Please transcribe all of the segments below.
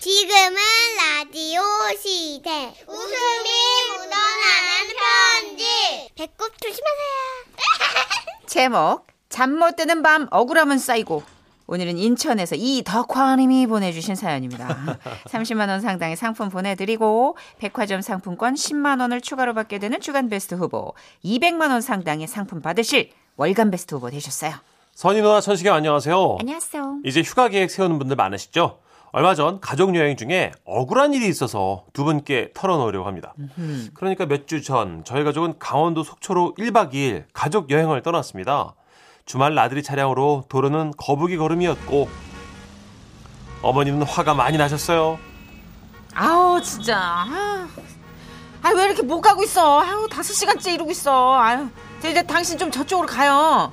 지금은 라디오 시대. 웃음이 묻어나는 편지. 배꼽 조심하세요. 제목 잠 못 드는 밤 억울함은 쌓이고 오늘은 인천에서 이덕화님이 보내주신 사연입니다. 30만 원 상당의 상품 보내드리고 백화점 상품권 10만 원을 추가로 받게 되는 주간 베스트 후보 200만 원 상당의 상품 받으실 월간 베스트 후보 되셨어요. 선희 누나 천식이 안녕하세요. 안녕하세요. 이제 휴가 계획 세우는 분들 많으시죠? 얼마 전 가족 여행 중에 억울한 일이 있어서 두 분께 털어놓으려고 합니다. 그러니까 몇 주 전 저희 가족은 강원도 속초로 1박 2일 가족 여행을 떠났습니다. 주말 나들이 차량으로 도로는 거북이 걸음이었고 어머니는 화가 많이 나셨어요. 아우 진짜 아유 아유, 왜 이렇게 못 가고 있어? 아유 다섯 시간째 이러고 있어. 아유 저 이제 당신 좀 저쪽으로 가요.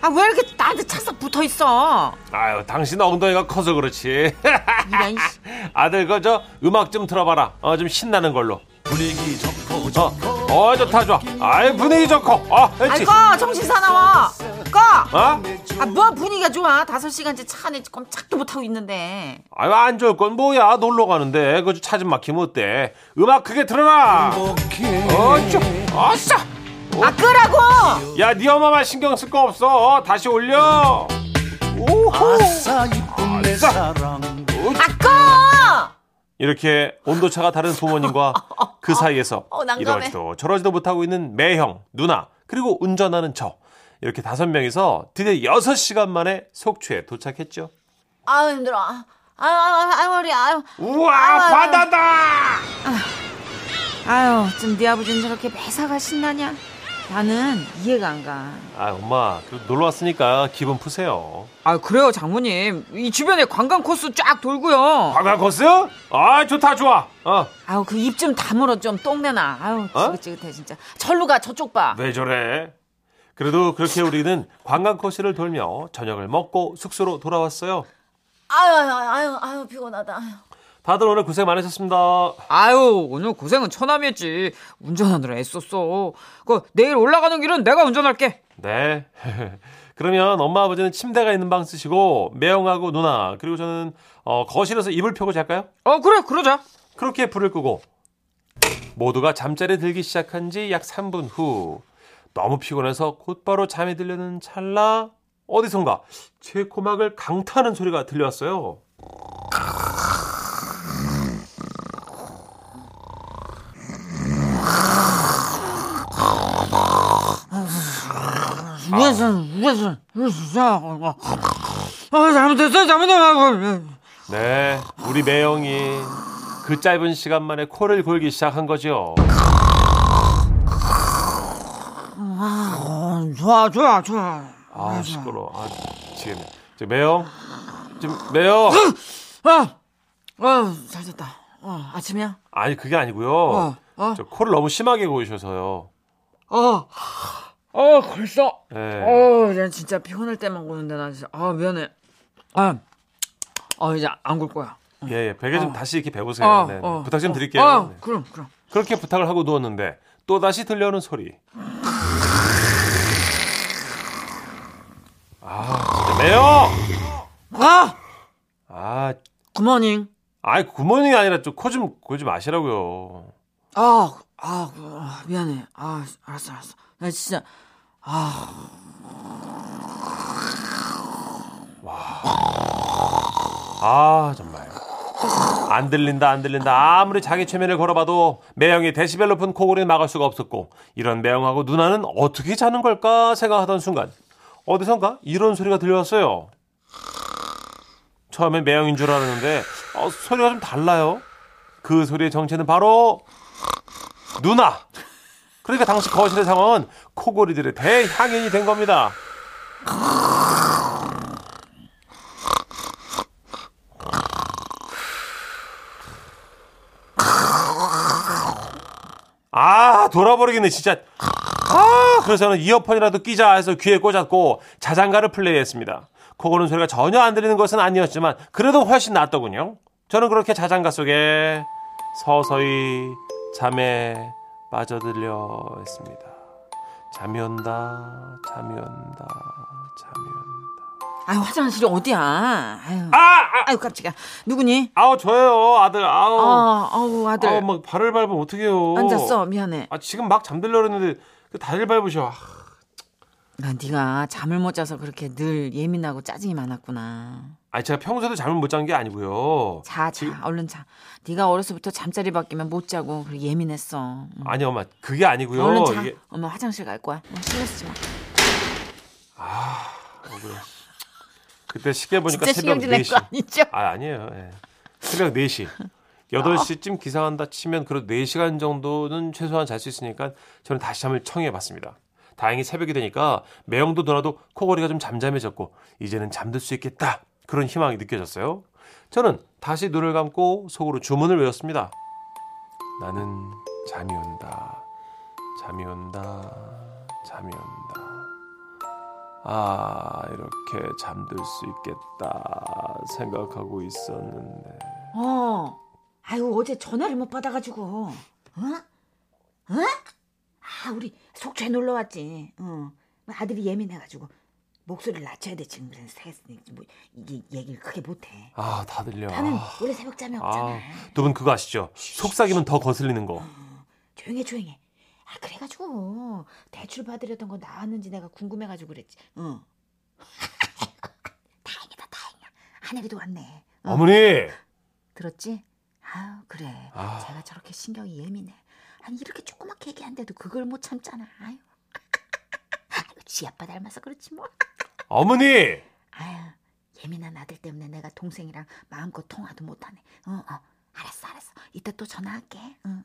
아 왜 이렇게 나한테 착삭 붙어 있어? 아유 당신 엉덩이가 커서 그렇지. 이런 씨. 아들 그저 음악 좀 틀어봐라. 어 좀 신나는 걸로. 분위기 좋고 어, 어 좋다 좋아. 아이 분위기 좋고. 어, 그렇지. 아꺼 정신 사나워 꺼. 어? 아 뭐 분위기가 좋아 다섯 시간째 차 안에 꼼짝도 못 하고 있는데 아유 안 좋을 건 뭐야 놀러 가는데 그저 차좀 막히면 어때? 음악 크게 틀어라. 어쭈 어싸. 아 끄라고 야네 엄마만 신경 쓸 거 없어. 다시 올려. 오호. 아싸 이쁜 내 사랑 아, 아꺼 이렇게 온도차가 다른 부모님과 그 사이에서 어, 난감해. 이러지도 저러지도 못하고 있는 매형, 누나, 그리고 운전하는 저. 이렇게 다섯 명이서 드디어 여섯 시간 만에 속초에 도착했죠. 아우 힘들어 아유 아유 아유 머리 아유 우와, 아, 바다다! 아유 지금 네 아버지는 저렇게 매사가 신나냐 나는 이해가 안가 아, 엄마, 그래도 놀러 왔으니까 기분 푸세요. 아 그래요 장모님 이 주변에 관광 코스 쫙 돌고요 관광 코스? 아, 좋다, 좋아. 어, 아우 그 입 좀 다물어 좀 똥내나 아우 어? 지긋지긋해 진짜 절로 가 저쪽 봐 왜 저래? 그래도 그렇게 우리는 관광 코스를 돌며 저녁을 먹고 숙소로 돌아왔어요. 아유 아유 아유 아유 그러니까 피곤하다. 아유. 다들 오늘 고생 많으셨습니다. 아유 오늘 고생은 처남이었지 운전하느라 애썼어 그 내일 올라가는 길은 내가 운전할게 네. 그러면 엄마 아버지는 침대가 있는 방 쓰시고 매형하고 누나 그리고 저는 어, 거실에서 이불 펴고 잘까요? 어 그래 그러자 그렇게 불을 끄고 모두가 잠자리 들기 시작한 지 약 3분 후 너무 피곤해서 곧바로 잠이 들려는 찰나 어디선가 제 코막을 강타하는 소리가 들려왔어요. 무슨 무슨 무슨 아 잘못했어 잘못했어 네, 우리 매형이 그 짧은 시간 만에 코를 골기 시작한 거죠. 어, 좋아 좋아 좋아 아 시끄러. 아 지겠네. 저 매형, 지금 매형. 어, 어어잘 됐다 어 아침이야 아니 그게 아니고요. 어, 어. 저 코를 너무 심하게 고이셔서요. 어어 어, 벌써 예. 어난 진짜 피곤할 때만 고는데 나 진짜 아 미안해 아어 이제 안 굴 거야 예, 예. 베개 좀 다시 이렇게 배우세요. 어, 네, 네. 어, 부탁 좀 어, 드릴게요. 어, 네. 그럼 그럼 그렇게 부탁을 하고 누웠는데 또 다시 들려오는 소리. 아, 진짜 매요. 아 아, 굿모닝 아이 굿모닝이 아니라 좀코좀 고지 마시라고요. 아, 아, 그, 아, 미안해. 아, 알았어, 알았어. 나 진짜, 아, 아, 정말. 안 들린다, 안 들린다. 아무리 자기 최면을 걸어봐도 매형이 데시벨 높은 코골이는 막을 수가 없었고, 이런 매형하고 누나는 어떻게 자는 걸까 생각하던 순간, 어디선가 이런 소리가 들려왔어요. 처음엔 매형인 줄 알았는데, 어, 소리가 좀 달라요. 그 소리의 정체는 바로, 누나! 그러니까 당시 거실의 상황은 코골이들의 대향연이 된 겁니다. 아 돌아버리겠네 진짜 아 그래서 저는 이어폰이라도 끼자 해서 귀에 꽂았고 자장가를 플레이했습니다 코고는 소리가 전혀 안 들리는 것은 아니었지만 그래도 훨씬 낫더군요 저는 그렇게 자장가 속에 서서히 잠에 빠져들려 했습니다 잠이 온다 잠이 온다 잠이 온다 아유 화장실이 어디야? 아유, 아, 어. 아, 아유 깜짝이야. 누구니? 아우 저예요 아들 아우. 아, 아우 아들 아우, 막 발을 밟으면 어떡해요. 앉았어. 미안해. 아 지금 막 잠들려 했는데 그 다리를 밟으셔. 아, 아, 네가 잠을 못 자서 그렇게 늘 예민하고 짜증이 많았구나. 아니 제가 평소에도 잠을 못 잔 게 아니고요. 자, 자, 얼른 자. 네가 어려서부터 잠자리 바뀌면 못 자고 그리고 예민했어. 음. 아니 엄마 그게 아니고요. 얼른 자. 이게 엄마 화장실 갈 거야. 어, 신경 쓰지 마. 그때 시계 보니까 진짜 새벽 신경질 낼거 4시. 아니죠? 아 아니에요. 예. 새벽 4시. 8시쯤 기상한다 치면 그래도 4시간 정도는 최소한 잘 수 있으니까 저는 다시 잠을 청해 봤습니다. 다행히 새벽이 되니까 매형도 누나도 코골이가 좀 잠잠해졌고 이제는 잠들 수 있겠다. 그런 희망이 느껴졌어요. 저는 다시 눈을 감고 속으로 주문을 외웠습니다. 나는 잠이 온다. 잠이 온다. 잠이 온다. 아, 이렇게 잠들 수 있겠다 생각하고 있었는데. 어. 아유, 어제 전화를 못 받아가지고. 어? 어? 아, 우리 속초에 놀러 왔지. 어. 아들이 예민해가지고. 목소리를 낮춰야 돼. 지금 세겠으니 뭐, 이게 얘기를 크게 못해. 아, 다 들려. 나는 아, 원래 새벽 잠이 없잖아. 두 분 그거 아시죠? 속삭이면 더 거슬리는 거. 조용해, 조용해. 아, 그래가지고 대출 받으려던 거 나왔는지 내가 궁금해가지고 그랬지. 응. 다행이다, 다행이야. 하늘이도 왔네. 어. 어머니! 들었지? 아유 그래 아. 제가 저렇게 신경이 예민해 아니 이렇게 조그맣게 얘기한데도 그걸 못 참잖아 아유 아유 지 아빠 닮아서 그렇지 뭐 어머니! 아유 예민한 아들 때문에 내가 동생이랑 마음껏 통화도 못하네 어어 알았어 알았어 이따 또 전화할게 응응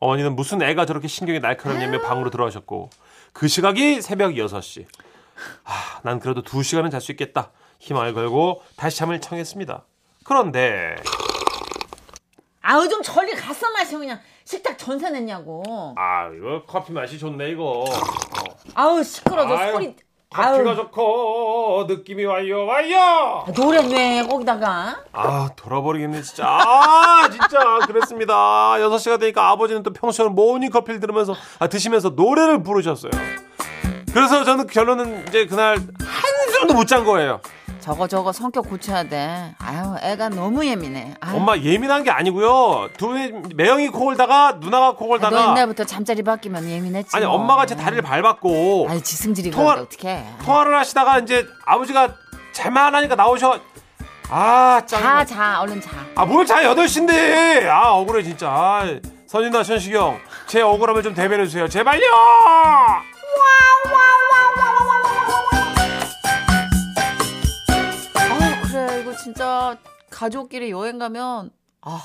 어머니는 무슨 애가 저렇게 신경이 날카롭냐며 방으로 들어가셨고 그 시각이 새벽 6시. 아, 난 그래도 2시간은 잘 수 있겠다. 희망을 걸고 다시 잠을 청했습니다. 그런데 아우 좀 저리 갔어 마시고 그냥 식탁 전세 냈냐고. 아, 이거 커피 맛이 좋네 이거. 아우 시끄러져 아유, 소리. 커피가 아유 좋고 느낌이 와요 와요. 노래 왜 거기다가? 아 돌아버리겠네 진짜. 아 진짜 그랬습니다. 6시가 되니까 아버지는 또 평소처럼 모닝 커피를 들으면서 아 드시면서 노래를 부르셨어요. 그래서 저는 결론은 이제 그날 한숨도 못 잔 거예요. 저거 저거 성격 고쳐야 돼 아유 애가 너무 예민해 아유, 엄마 예민한 게 아니고요. 두 분이 매형이 코골다가 누나가 너 코골다가 옛날부터 잠자리 바뀌면 예민했지 아니 아, 뭐. 엄마가 제 다리를 밟았고 아니 지승질이 통화- 그런데 어떡해 통화를 하시다가 이제 아버지가 잘만하니까 나오셔. 아 짜증나. 자자 얼른 자 아뭘잘 8시인데 아 억울해 진짜 아, 선인나 현식이 형제 억울함을 좀 대변해주세요 제발요 아 그래 이거 진짜 가족끼리 여행 가면 아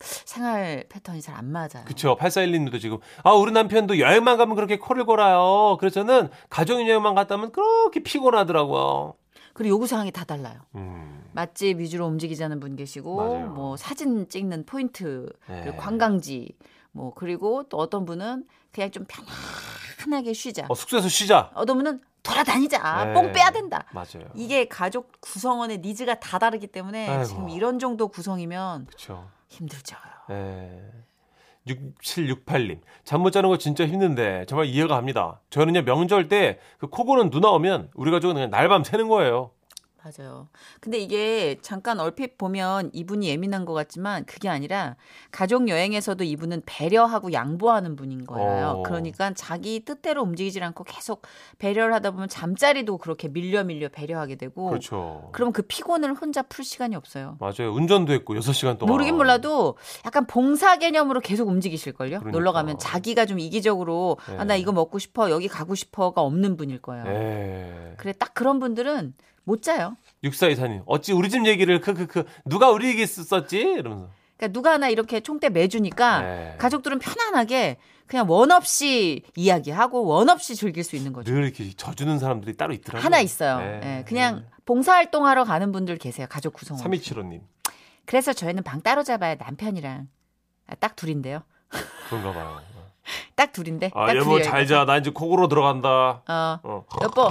생활 패턴이 잘 안 맞아요. 그쵸 8412님도 지금 아 우리 남편도 여행만 가면 그렇게 코를 골아요 그래서 저는 가족여행만 갔다면 그렇게 피곤하더라고요 그리고 요구 사항이 다 달라요. 음, 맛집 위주로 움직이자는 분 계시고 맞아요. 뭐 사진 찍는 포인트 네. 그리고 관광지 뭐 그리고 또 어떤 분은 그냥 좀 편안하게 쉬자. 어, 숙소에서 쉬자 어떤 분은 돌아다니자. 네. 뽕 빼야 된다. 맞아요 이게 가족 구성원의 니즈가 다 다르기 때문에 아이고. 지금 이런 정도 구성이면 그쵸 힘들죠. 예. 6768님 잠 못 자는 거 진짜 힘든데 정말 이해가 갑니다 저는요 명절 때 그 코고는 누나 오면 우리 가족은 그냥 날밤 새는 거예요 맞아요. 근데 이게 잠깐 얼핏 보면 이분이 예민한 것 같지만 그게 아니라 가족 여행에서도 이분은 배려하고 양보하는 분인 거예요. 어. 그러니까 자기 뜻대로 움직이질 않고 계속 배려를 하다 보면 잠자리도 그렇게 밀려 밀려 배려하게 되고 그렇죠 그럼 그 피곤을 혼자 풀 시간이 없어요. 맞아요. 운전도 했고 6시간 동안. 모르긴 몰라도 약간 봉사 개념으로 계속 움직이실걸요? 그러니까. 놀러 가면 자기가 좀 이기적으로 아, 나 네. 이거 먹고 싶어, 여기 가고 싶어가 없는 분일 거예요. 예. 아, 그래, 딱 그런 분들은 못 자요. 육사이사님. 어찌 우리 집 얘기를 크크크 누가 우리 얘기 썼지? 이러면서. 그러니까 누가 하나 이렇게 총대 매주니까 네. 아, 가족들은 편안하게 그냥 원 없이 이야기하고 원 없이 즐길 수 있는 거죠. 늘 이렇게 져주는 사람들이 따로 있더라고요. 하나 있어요. 네. 예, 그냥 음. 봉사활동하러 가는 분들 계세요. 가족 구성원. 3275님. 그래서 저희는 방 따로 잡아요. 남편이랑 아, 딱 둘인데요. 그런가 봐요. 딱 둘인데. 아, 딱 여보 둘이에요. 잘 자. 나 이제 코골로 들어간다. 어, 어. 여보,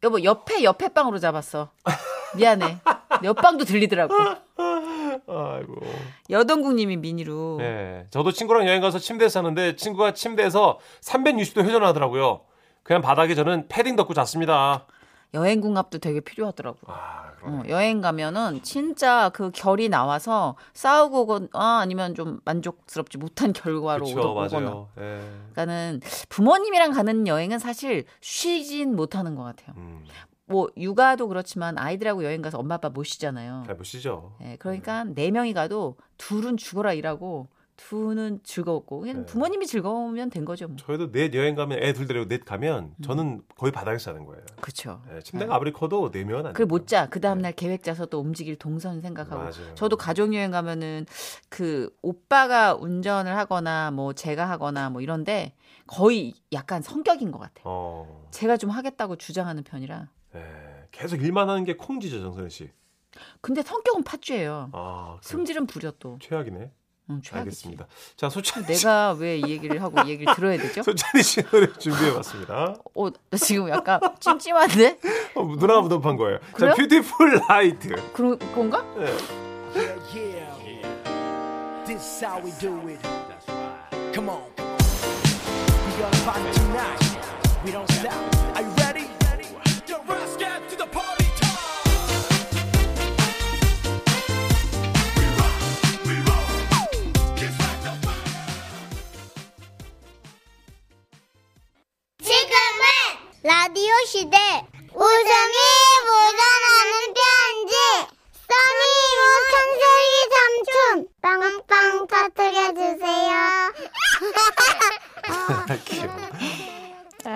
여보 옆에 옆에 방으로 잡았어. 미안해. 옆 방도 들리더라고. 아이고. 여동국님이 미니로. 예. 저도 친구랑 여행 가서 침대에서 자는데 친구가 침대에서 360도 회전하더라고요. 그냥 바닥에 저는 패딩 덮고 잤습니다. 여행 궁합도 되게 필요하더라고요. 아, 그러네. 어, 여행 가면은 진짜 그 결이 나와서 싸우고 거나 아니면 좀 만족스럽지 못한 결과로 그쵸, 오거나. 맞아요. 예. 그러니까는 부모님이랑 가는 여행은 사실 쉬진 못하는 것 같아요. 음, 뭐 육아도 그렇지만 아이들하고 여행 가서 엄마 아빠 모시잖아요. 잘 음. 보시죠. 예, 그러니까 네 명이 가도 둘은 죽어라 일하고 둘은 즐거웠고 그냥 네. 부모님이 즐거우면 된 거죠. 뭐. 저희도 넷 여행 가면 애 둘 데리고 넷 가면 음. 저는 거의 바닥에서 자는 거예요. 그렇죠. 예, 침대가 아무리 커도 네명은 안. 그못 돼요. 자. 그 다음 날 계획 짜서 또 움직일 동선 생각하고. 맞아요. 저도 가족 여행 가면은 그 오빠가 운전을 하거나 뭐 제가 하거나 뭐 이런데 거의 약간 성격인 것 같아요. 어, 제가 좀 하겠다고 주장하는 편이라. 예, 계속 일만 하는 게 콩지죠 정선혜 씨. 근데 성격은 팥쥐예요. 아, 그 승질은 부려 또. 최악이네. 응, 최악이지. 아, 알겠습니다. 자, 소찬이 씨, 내가 왜 이 얘기를 하고 이 얘기를 들어야 되죠? 소찬이 씨 노래 준비해봤습니다. 어, 나 지금 약간 찜찜한데? 어, 누나가 무덤판 거예요. 그래요? 자, 뷰티풀 라이트. 그런 건가? 예. This how we do it. Come on. We got a party tonight. We don't stop. Are you ready? Yo, let's get to the party time. We rock, we roll. Just like the fire. 지금은 라디오 시대 웃음이 묻어나는 편지 써니 우천세기 삼촌 빵빵 터뜨려주세요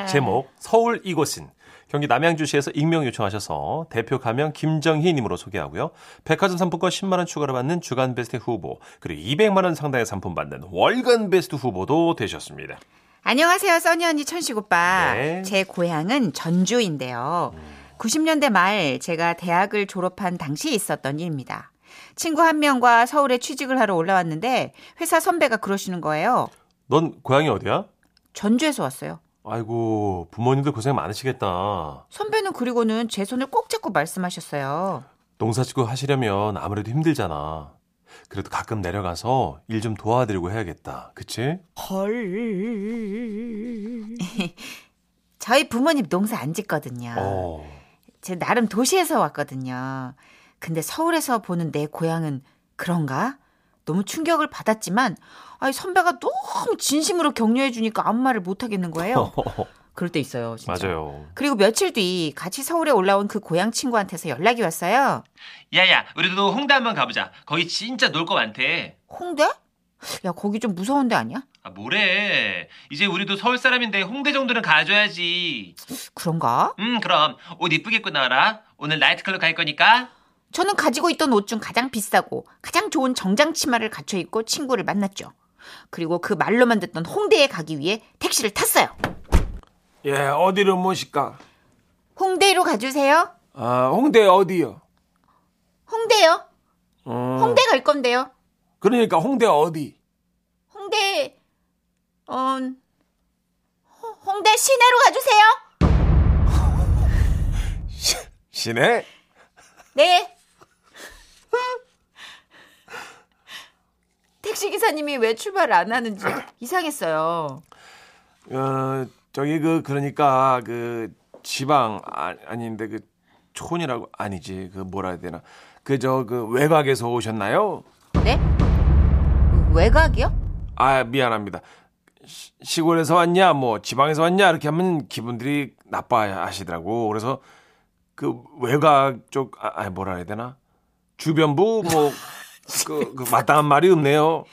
제목 서울 이곳은 경기 남양주시에서 익명 요청하셔서 대표 가명 김정희님으로 소개하고요. 백화점 상품권 10만 원 추가로 받는 주간 베스트 후보 그리고 200만 원 상당의 상품 받는 월간 베스트 후보도 되셨습니다. 안녕하세요, 써니 언니 천식 오빠. 네. 제 고향은 전주인데요. 90년대 말 제가 대학을 졸업한 당시 있었던 일입니다. 친구 한 명과 서울에 취직을 하러 올라왔는데 회사 선배가 그러시는 거예요. 넌 고향이 어디야? 전주에서 왔어요. 아이고 부모님들 고생 많으시겠다. 선배는 그리고는 제 손을 꼭 잡고 말씀하셨어요. 농사짓고 하시려면 아무래도 힘들잖아. 그래도 가끔 내려가서 일 좀 도와드리고 해야겠다. 그치? 저희 부모님 농사 안 아, 짓거든요. 어. 제 나름 도시에서 왔거든요. 근데 서울에서 보는 내 고향은 그런가? 너무 충격을 받았지만 아니 선배가 너무 진심으로 격려해 주니까 아무 말을 못 하겠는 거예요. 그럴 때 있어요, 진짜. 맞아요. 그리고 며칠 뒤 같이 서울에 올라온 그 고향 친구한테서 연락이 왔어요. 야야 우리도 홍대 한번 가보자 거기 진짜 놀 거 많대 홍대? 야, 거기 좀 무서운 데 아니야? 아 뭐래 이제 우리도 서울 사람인데 홍대 정도는 가줘야지 그런가? 음 그럼 옷 이쁘게 입고 나와라 오늘 나이트클럽 갈 거니까 저는 가지고 있던 옷 중 가장 비싸고 가장 좋은 정장 치마를 갖춰 입고 친구를 만났죠. 그리고 그 말로만 듣던 홍대에 가기 위해 택시를 탔어요. 예, 어디로 모실까? 홍대로 가주세요. 아, 홍대 어디요? 홍대요. 어, 홍대 갈 건데요. 그러니까 홍대 어디? 홍대 어 홍- 홍대 시내로 가주세요. 시내? 네. 택시 기사님이 왜 출발을 안 하는지 이상했어요. 어, 저기 그 그러니까 그 지방 아, 아닌데 그 촌이라고 아니지 그 뭐라 해야 되나 그저 그 외곽에서 오셨나요? 네? 외곽이요? 아 미안합니다 시, 시골에서 왔냐 뭐 지방에서 왔냐 이렇게 하면 기분들이 나빠하시더라고 그래서 그 외곽 쪽 아 뭐라 해야 되나 주변부 뭐 그 그 마땅한 말이 없네요.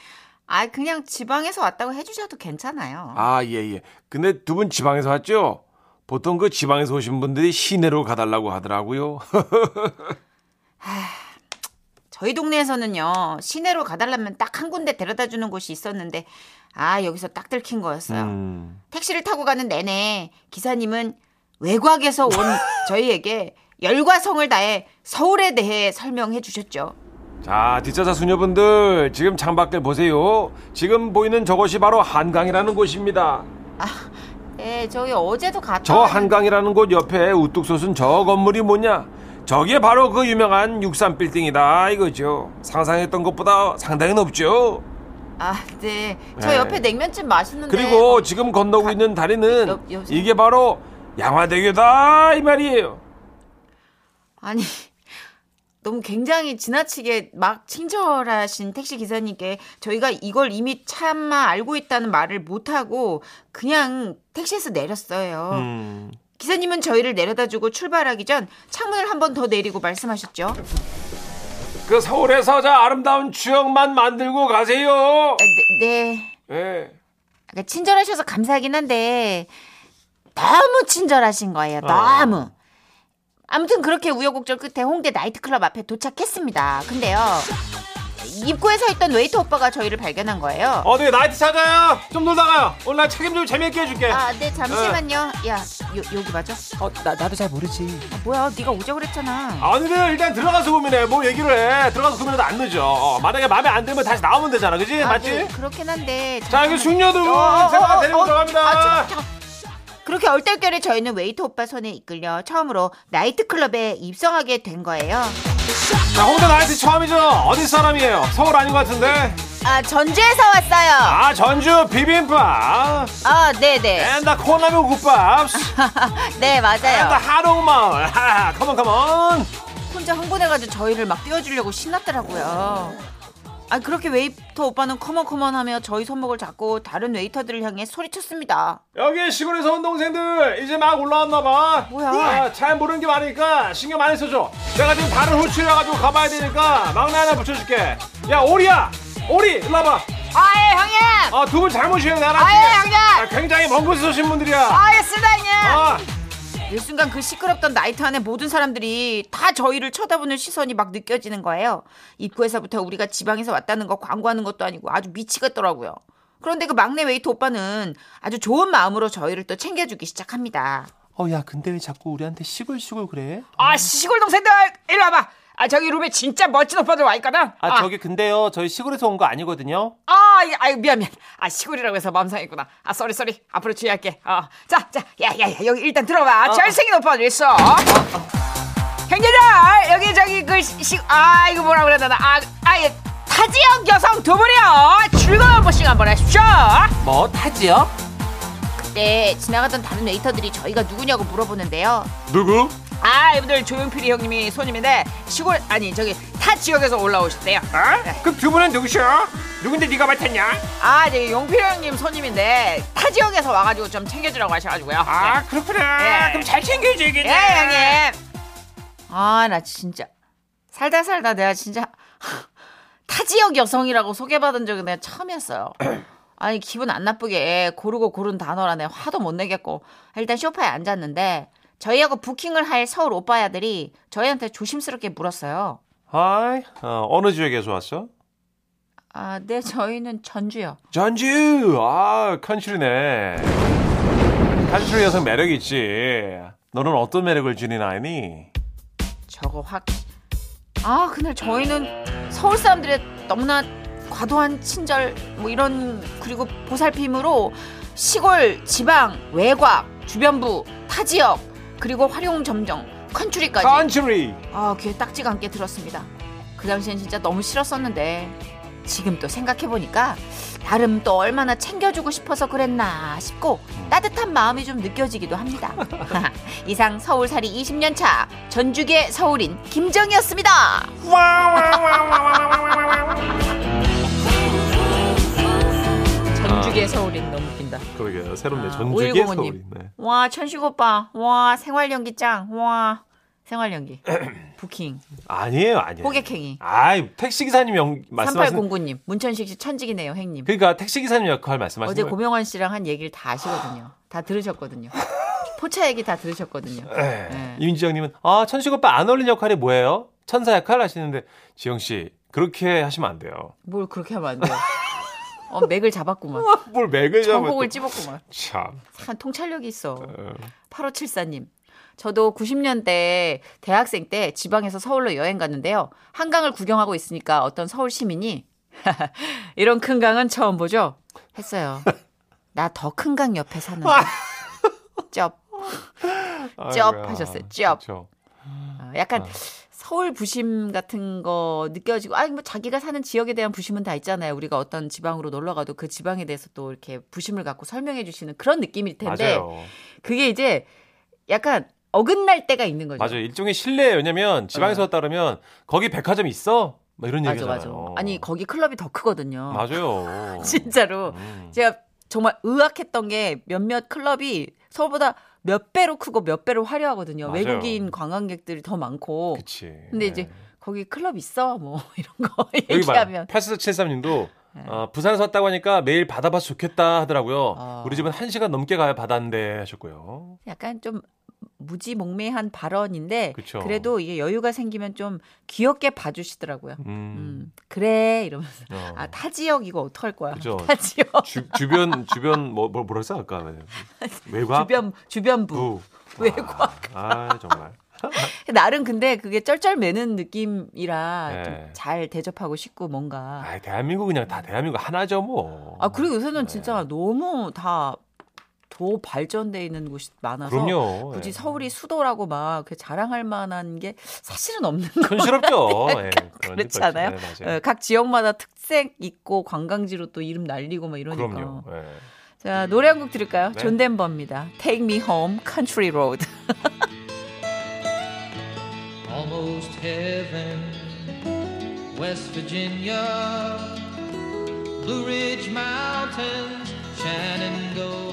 아 그냥 지방에서 왔다고 해주셔도 괜찮아요. 아, 예, 예. 근데 두 분 지방에서 왔죠? 보통 그 지방에서 오신 분들이 시내로 가달라고 하더라고요. 저희 동네에서는요 시내로 가달라면 딱 한 군데 데려다 주는 곳이 있었는데 아 여기서 딱 들킨 거였어요. 음. 택시를 타고 가는 내내 기사님은 외곽에서 온 네. 저희에게 열과 성을 다해 서울에 대해 설명해 주셨죠. 자, 뒷좌석 수녀분들, 지금 창밖을 보세요. 지금 보이는 저것이 바로 한강이라는 곳입니다. 예, 저희 어제도 갔다 저 한강이라는 곳 옆에 우뚝 솟은 저 건물이 뭐냐? 저게 바로 그 유명한 63빌딩이다 이거죠. 상상했던 것보다 상당히 높죠. 아, 네. 저 네. 옆에 냉면집 맛있는데 그리고 지금 건너고 있는 다리는 옆- 옆- 이게 바로 양화대교다 이 말이에요. 아니 너무 굉장히 지나치게 막 친절하신 택시 기사님께 저희가 이걸 이미 차마 알고 있다는 말을 못하고 그냥 택시에서 내렸어요. 음, 기사님은 저희를 내려다주고 출발하기 전 창문을 한 번 더 내리고 말씀하셨죠. 아, 그 서울에서 자 아름다운 추억만 만들고 가세요. 아, 네, 네. 예. 그러니까 친절하셔서 감사하긴 한데 너무 친절하신 거예요. 너무. 아무튼 그렇게 우여곡절 끝에 홍대 나이트클럽 앞에 도착했습니다. 근데요. 입구에 서 있던 웨이터 오빠가 저희를 발견한 거예요. 어디 나이트 찾아요. 좀 놀다가요. 오늘 나 책임 좀 재밌게 해줄게. 아, 네, 잠시만요. 야, 요, 여기 맞아? 어, 나, 나도 잘 모르지. 아, 뭐야, 네가 오자고 그랬잖아. 아니면 일단 들어가서 고민해. 뭐 얘기를 해. 들어가서 고민해도 안 늦어. 어, 만약에 마음에 안 들면 다시 나오면 되잖아. 그지? 맞지? 네, 그렇긴 한데. 자, 잠깐만요. 여기 숙녀들 어, 어, 세바 어, 데리고 어, 들어갑니다. 아, 잠깐, 잠깐. 그렇게 얼떨결에 저희는 웨이터 오빠 손에 이끌려 처음으로 나이트클럽에 입성하게 된 거예요. 자, 홍대 나이트 처음이죠? 어디 사람이에요? 서울 아닌 것 같은데? 아, 전주에서 왔어요. 아, 전주 비빔밥. 아, 네네. 아, 앤다 콩라면 국밥. 네, 앤다 맞아요. 하롱마을. 하하, 컴온, 컴온. 혼자 흥분해가지고 저희를 막 띄워주려고 신났더라고요. 아, 그렇게 웨이터 오빠는 커먼커먼 하며 저희 손목을 잡고 다른 웨이터들을 향해 소리쳤습니다. 여기 시골에서 온 동생들 이제 막 올라왔나봐 뭐야? 아, 잘 모르는 게 많으니까 신경 많이 써줘 내가 지금 다른 후추를 해가지고 가봐야 되니까 막내 하나 붙여줄게 야 오리야 오리 일로 와봐 아예 형님! 아, 두 분 잘못 시행 나랑 아예 형님! 아, 아, 굉장히 먼 곳에서 오신 분들이야 알겠습니다 형님! 아, 일순간 그 시끄럽던 나이트 안에 모든 사람들이 다 저희를 쳐다보는 시선이 막 느껴지는 거예요. 입구에서부터 우리가 지방에서 왔다는 거 광고하는 것도 아니고 아주 미치겠더라고요. 그런데 그 막내 웨이터 오빠는 아주 좋은 마음으로 저희를 또 챙겨주기 시작합니다. 어, 야, 근데 왜 자꾸 우리한테 시골시골 그래? 아, 시골 동생들! 일로 와봐! 아, 저기 룸에 진짜 멋진 오빠들 와 있거든? 아, 아, 저기 근데요, 저희 시골에서 온 거 아니거든요. 아, 이- 아이, 미안, 미안. 아, 시골이라고 해서 마음 상했구나. 아, 쏘리, 쏘리. 앞으로 주의할게. 어. 자, 자, 야, 야, 야, 여기 일단 들어봐. 잘생긴 오빠들 있어. 형제들! 여기, 저기, 그, 시, 시- 아, 이거 뭐라 그랬나. 아, 아, 예. 타지역 여성 두 분이요. 즐거운 모싱 한번 하십시오. 뭐 타지요? 그때 지나가던 다른 웨이터들이 저희가 누구냐고 물어보는데요. 누구? 아, 이분들 조용필이 형님이 손님인데, 시골, 아니, 저기, 타 지역에서 올라오셨대요. 네. 어? 그럼 두 분은 누구셔? 누군데 네가 맡았냐? 아, 저기, 용필이 형님 손님인데, 타 지역에서 와가지고 좀 챙겨주라고 하셔가지고요. 아 그렇구나 네. 예. 그럼 잘 챙겨줘야겠네 예, 형님. 아, 나 진짜. 살다 살다 내가 진짜 타지역 여성이라고 소개받은 적이 내가 처음이었어요. 아니, 기분 안 나쁘게 고르고 고른 단어라네. 화도 못 내겠고. 일단 쇼파에 앉았는데 저희하고 부킹을 할 서울 오빠야들이 저희한테 조심스럽게 물었어요. 하이, 어, 어느 지역에서 왔어? 아, 네, 저희는 전주요. 전주 아 컨츄리네 컨츄리 여성 매력이 있지 너는 어떤 매력을 지닌 아이니? 저거 확. 아, 근데 저희는 서울 사람들의 너무나 과도한 친절, 뭐 이런, 그리고 보살핌으로 시골, 지방, 외곽, 주변부, 타지역, 그리고 활용점정, 컨츄리까지. 컨츄리 아, 귀에 딱지가 않게 들었습니다. 그 당시엔 진짜 너무 싫었었는데, 지금 또 생각해보니까, 나름 또 얼마나 챙겨주고 싶어서 그랬나 싶고, 따뜻한 마음이 좀 느껴지기도 합니다. 이상 서울살이 20년차, 전주계 서울인 김정이었습니다. 전주계 서울인 너무 웃긴다. 그러게요, 새롭네. 아, 전주계 5105 님. 서울이. 네. 와, 천식 오빠. 와, 생활 연기 짱. 와, 생활 연기. 부킹. 아니에요, 아니에요. 호객행위. 아이, 택시기사님 영, 말씀하신. 3809님 문천식 씨 천직이네요 행님 그러니까 택시기사님 역할 말씀하신 어제 거예요. 고명환 씨랑 한 얘기를 다 아시거든요 다 들으셨거든요 포차 얘기 다 들으셨거든요 예. 이윤지영님은 아 천식 오빠 안 어울린 역할이 뭐예요? 천사 역할 하시는데 지영 씨 그렇게 하시면 안 돼요. 뭘 그렇게 하면 안 돼요 어, 맥을 잡았구만 뭘 맥을 잡아 전복을 찝었구만 참 참 통찰력이 있어 어. 8574님 저도 90년대 대학생 때 지방에서 서울로 여행 갔는데요 한강을 구경하고 있으니까 어떤 서울 시민이 이런 큰 강은 처음 보죠 했어요 나 더 큰 강 옆에 사는 쩝 쩝 아이고야. 하셨어요. 쩝. 그쵸. 어, 약간 서울 부심 같은 거 느껴지고 아니 뭐 자기가 사는 지역에 대한 부심은 다 있잖아요. 우리가 어떤 지방으로 놀러 가도 그 지방에 대해서 또 이렇게 부심을 갖고 설명해 주시는 그런 느낌일 텐데 맞아요. 그게 이제 약간 어긋날 때가 있는 거죠. 맞아요. 일종의 신뢰예요. 왜냐면 지방에서 왔다 그러면 거기 백화점 있어? 막 이런 어. 맞아, 맞아. 얘기잖아요. 아니 거기 클럽이 더 크거든요. 맞아요. 진짜로 음. 제가 정말 의아했던 게 몇몇 클럽이 서울보다 몇 배로 크고 몇 배로 화려하거든요. 맞아요. 외국인 관광객들이 더 많고. 그치. 네. 근데 이제 거기 클럽 있어 뭐 이런 거 여기 봐요. 얘기하면 네. 8473님도 어, 부산에서 왔다고 하니까 매일 바다 봐서 좋겠다 하더라고요. 어. 우리 집은 1시간 넘게 가야 바다인데 하셨고요. 약간 좀 무지몽매한 발언인데 그쵸. 래도 이게 여유가 생기면 좀 귀엽게 봐주시더라고요. 음. 음, 그래 이러면서 어. 아 타 지역 이거 어떡할 거야? 그죠. 타 지역 주, 주변 주변 뭐, 뭐 뭐라 했어 아까 외곽 주변 주변부 부 외곽. 아, 아, 정말 나름 근데 그게 쩔쩔매는 느낌이라 네. 좀 잘 대접하고 싶고 뭔가. 아 대한민국 그냥 다 대한민국 하나죠 뭐 아 그리고 요새는 진짜 너무 다 더 발전돼 있는 곳이 많아서 그럼요 굳이 예. 서울이 수도라고 막 그 자랑할 만한 게 사실은 없는 네. 현실없죠 예, 그런 네, 그렇지 느낌. 않아요? 네, 맞아요. 어, 각 지역마다 특색 있고 관광지로 또 이름 날리고 막 이러니까. 그럼요 예. 자 노래 한 곡 들을까요? 네. 존 덴버입니다. Take Me Home, Country Road. almost heaven. West Virginia, Blue Ridge Mountains, Shenandoah.